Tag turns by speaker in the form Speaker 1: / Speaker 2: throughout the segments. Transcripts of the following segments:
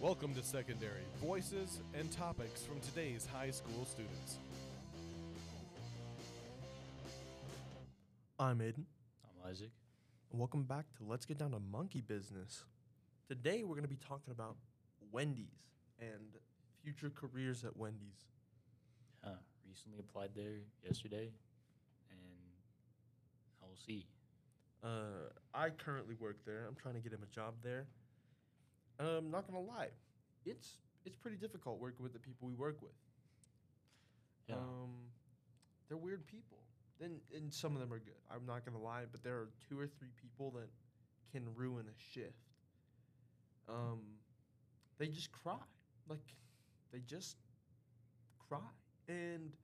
Speaker 1: Welcome to Secondary Voices and topics from today's high school students.
Speaker 2: I'm Aiden,
Speaker 3: I'm Isaac.
Speaker 2: and welcome back to Let's Get Down to Monkey Business. Today, we're going to be talking about Wendy's and future careers at Wendy's.
Speaker 3: Uh, recently applied there yesterday, and I will see.
Speaker 2: Uh, I currently work there. I'm trying to get him a job there. I'm not gonna lie, it's it's pretty difficult working with the people we work with.
Speaker 3: Yeah.
Speaker 2: Um, they're weird people. Then and some of them are good. I'm not gonna lie, but there are two or three people that can ruin a shift. Um, they just cry. Like they just cry, and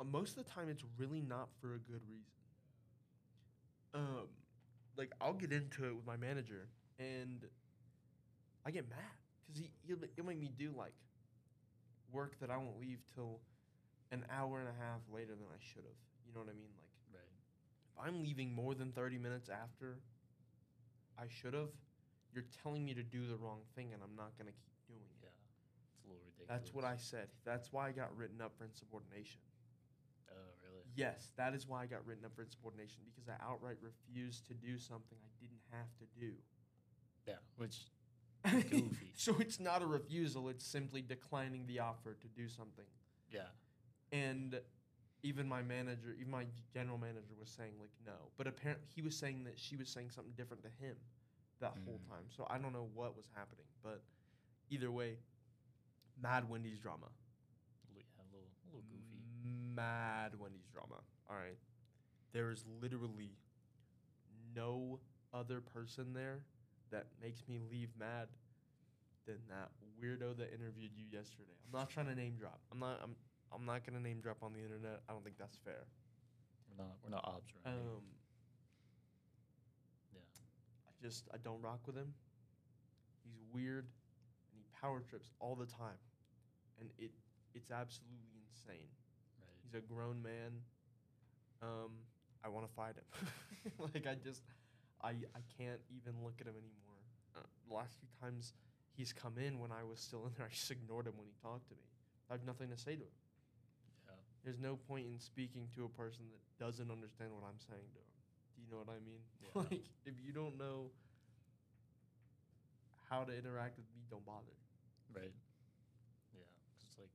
Speaker 2: uh, most of the time it's really not for a good reason. Um, like I'll get into it with my manager, and I get mad because he he'll, ma- he'll make me do like work that I won't leave till an hour and a half later than I should have. You know what I mean? Like
Speaker 3: right.
Speaker 2: if I'm leaving more than 30 minutes after I should have, you're telling me to do the wrong thing and I'm not going to keep doing it.
Speaker 3: Yeah. It's a little ridiculous.
Speaker 2: That's what I said. That's why I got written up for insubordination.
Speaker 3: Oh, really?
Speaker 2: Yes, that is why I got written up for insubordination because I outright refused to do something I didn't have to do.
Speaker 3: Yeah. Which, Goofy.
Speaker 2: so it's not a refusal, it's simply declining the offer to do something.
Speaker 3: yeah.
Speaker 2: and even my manager, even my general manager was saying like no, but apparently he was saying that she was saying something different to him that whole
Speaker 3: Mm.
Speaker 2: time. So I don't know what was happening, but either way, mad Wendy's drama,
Speaker 3: A little, yeah, a little, a little
Speaker 2: Mm.
Speaker 3: goofy.
Speaker 2: mad Wendy's drama. All right, there is literally no other person there that makes me leave mad than that weirdo that interviewed you yesterday. I'm not trying to name drop. I'm not. I'm. I'm not gonna name drop on the internet. I don't think that's fair.
Speaker 3: We're not, we're not obs right
Speaker 2: Um,
Speaker 3: Yeah.
Speaker 2: I just I don't rock with him. He's weird, and he power trips all the time, and it it's absolutely insane.
Speaker 3: Right.
Speaker 2: He's a grown man. Um, I want to fight him. like I just, I I can't even look at him anymore. Uh, the last few times he's come in when I was still in there, I just ignored him when he talked to me. I have nothing to say to him.
Speaker 3: yeah.
Speaker 2: There's no point in speaking to a person that doesn't understand what I'm saying to them. Do you know what I mean?
Speaker 3: Yeah.
Speaker 2: like, if you don't know how to interact with me, don't bother.
Speaker 3: Right. Yeah. 'Cause it's like,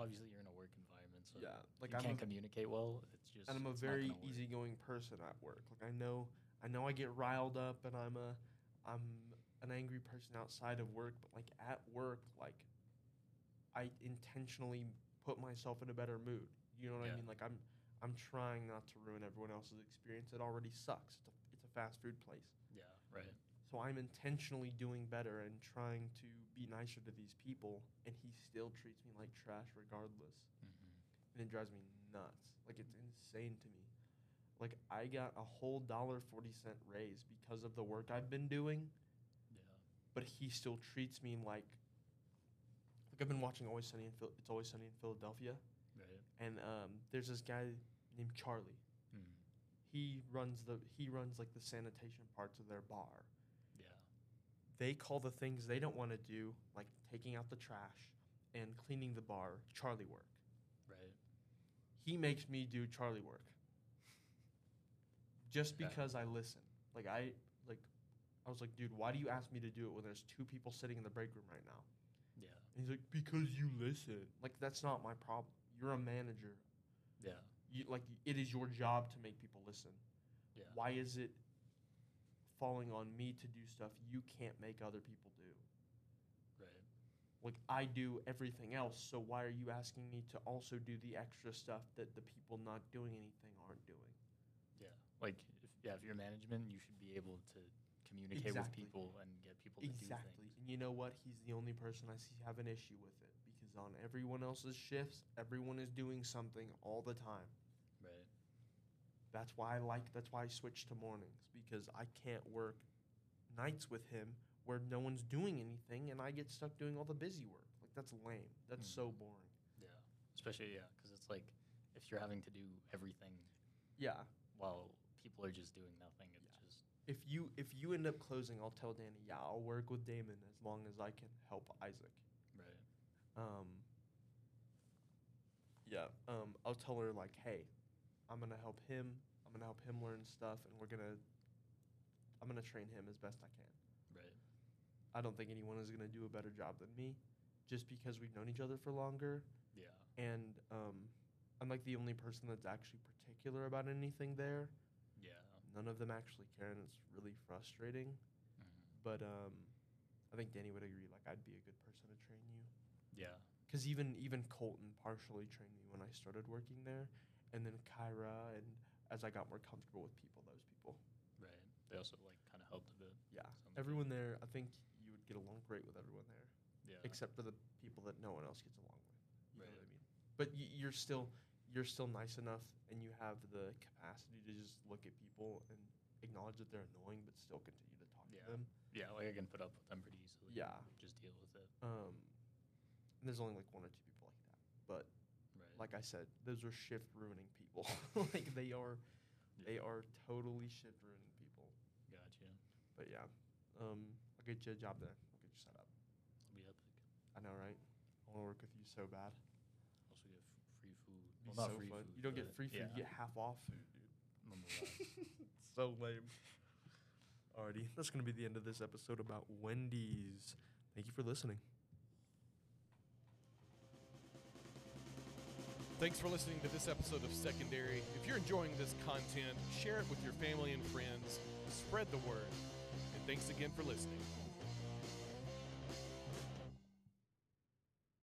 Speaker 3: obviously you're in a work environment, so
Speaker 2: Yeah, like
Speaker 3: like you
Speaker 2: I'm
Speaker 3: can't
Speaker 2: a-
Speaker 3: communicate well. It's just.
Speaker 2: and I'm a
Speaker 3: it's not
Speaker 2: very
Speaker 3: gonna work.
Speaker 2: easygoing person at work. Like I know, I know I get riled up, and I'm a, I'm an angry person outside of work. But like at work, like, I intentionally put myself in a better mood. You know what I
Speaker 3: Yeah.
Speaker 2: mean? Like I'm, I'm trying not to ruin everyone else's experience. It already sucks. It's a, it's a fast food place.
Speaker 3: Yeah. Right.
Speaker 2: So I'm intentionally doing better and trying to be nicer to these people, and he still treats me like trash regardless
Speaker 3: Mm-hmm.
Speaker 2: and it drives me nuts. Like it's insane to me. Like I got a whole dollar forty cent raise because of the work I've been doing,
Speaker 3: Yeah.
Speaker 2: but he still treats me like like I've been watching Always Sunny in Phil- It's Always Sunny in Philadelphia,
Speaker 3: Right.
Speaker 2: and um, there's this guy named Charlie.
Speaker 3: Mm.
Speaker 2: He runs the he runs like the sanitation parts of their bar.
Speaker 3: Yeah.
Speaker 2: They call the things they don't want to do, like taking out the trash and cleaning the bar, Charlie work.
Speaker 3: Right.
Speaker 2: he makes me do Charlie work. Just
Speaker 3: Yeah.
Speaker 2: because I listen. Like I like I was like, dude, why do you ask me to do it when there's two people sitting in the break room right now?
Speaker 3: Yeah.
Speaker 2: And he's like, Because you listen. Like that's not my problem. You're a manager.
Speaker 3: Yeah.
Speaker 2: You like it is your job to make people listen.
Speaker 3: Yeah.
Speaker 2: Why is it falling on me to do stuff you can't make other people do?
Speaker 3: Right.
Speaker 2: Like I do everything else, so why are you asking me to also do the extra stuff that the people not doing anything aren't doing?
Speaker 3: Yeah. Like, if, yeah, if you're management, you should be able to communicate
Speaker 2: Exactly.
Speaker 3: with people and get people to do
Speaker 2: Exactly.
Speaker 3: things.
Speaker 2: And you know what? He's the only person I see have an issue with it because on everyone else's shifts, everyone is doing something all the time.
Speaker 3: Right.
Speaker 2: That's why I like that's why I switched to mornings because I can't work nights with him where no one's doing anything and I get stuck doing all the busy work. Like that's lame. That's
Speaker 3: Hmm.
Speaker 2: so boring.
Speaker 3: Yeah. Especially, yeah, because it's like if you're having to do everything
Speaker 2: Yeah.
Speaker 3: while people are just doing nothing, it's
Speaker 2: Yeah.
Speaker 3: just.
Speaker 2: if you if you end up closing, I'll tell Danny, yeah, I'll work with Damon as long as I can help Isaac.
Speaker 3: Right.
Speaker 2: Um, yeah, um, I'll tell her like, hey, I'm gonna help him. I'm gonna help him learn stuff, and we're gonna, I'm gonna train him as best I can.
Speaker 3: Right.
Speaker 2: I don't think anyone is gonna do a better job than me, just because we've known each other for longer,
Speaker 3: Yeah.
Speaker 2: and um, I'm like the only person that's actually particular about anything there.
Speaker 3: Yeah.
Speaker 2: None of them actually care, and it's really frustrating.
Speaker 3: Mhm.
Speaker 2: But um, I think Danny would agree. Like, I'd be a good person to train you.
Speaker 3: Yeah.
Speaker 2: because even even Colton partially trained me when I started working there, and then Kyra, and as I got more comfortable with people, those people.
Speaker 3: Right. They also like kind of helped a bit.
Speaker 2: Yeah,
Speaker 3: Sounds
Speaker 2: everyone there. I think you would get along great with everyone there,
Speaker 3: Yeah.
Speaker 2: except for the people that no one else gets along with. You know
Speaker 3: Right.
Speaker 2: what I mean? But y- you're still you're still nice enough, and you have the capacity to just look at people and acknowledge that they're annoying, but still continue to talk
Speaker 3: Yeah.
Speaker 2: to them.
Speaker 3: yeah. Like I can put up with them pretty easily.
Speaker 2: Yeah.
Speaker 3: Just deal with it.
Speaker 2: Um, and there's only like one or two people like that, but
Speaker 3: Right.
Speaker 2: like I said, those are shift ruining people. like they are, they are totally shift ruining people.
Speaker 3: Gotcha.
Speaker 2: But yeah, um, I'll get you a job there. I'll get you set up.
Speaker 3: It'll be epic.
Speaker 2: I know, right? I want to work with you so bad.
Speaker 3: Also get f- free food.
Speaker 2: It'd
Speaker 3: Well,
Speaker 2: be
Speaker 3: not
Speaker 2: so
Speaker 3: free
Speaker 2: fun.
Speaker 3: food.
Speaker 2: you don't get
Speaker 3: but
Speaker 2: free food.
Speaker 3: Yeah.
Speaker 2: You get half off food, dude.
Speaker 3: nonetheless.
Speaker 2: so lame. Alrighty, that's gonna be the end of this episode about Wendy's. Thank you for listening.
Speaker 1: Thanks for listening to this episode of Secondary. If you're enjoying this content, share it with your family and friends, spread the word. And thanks again for listening.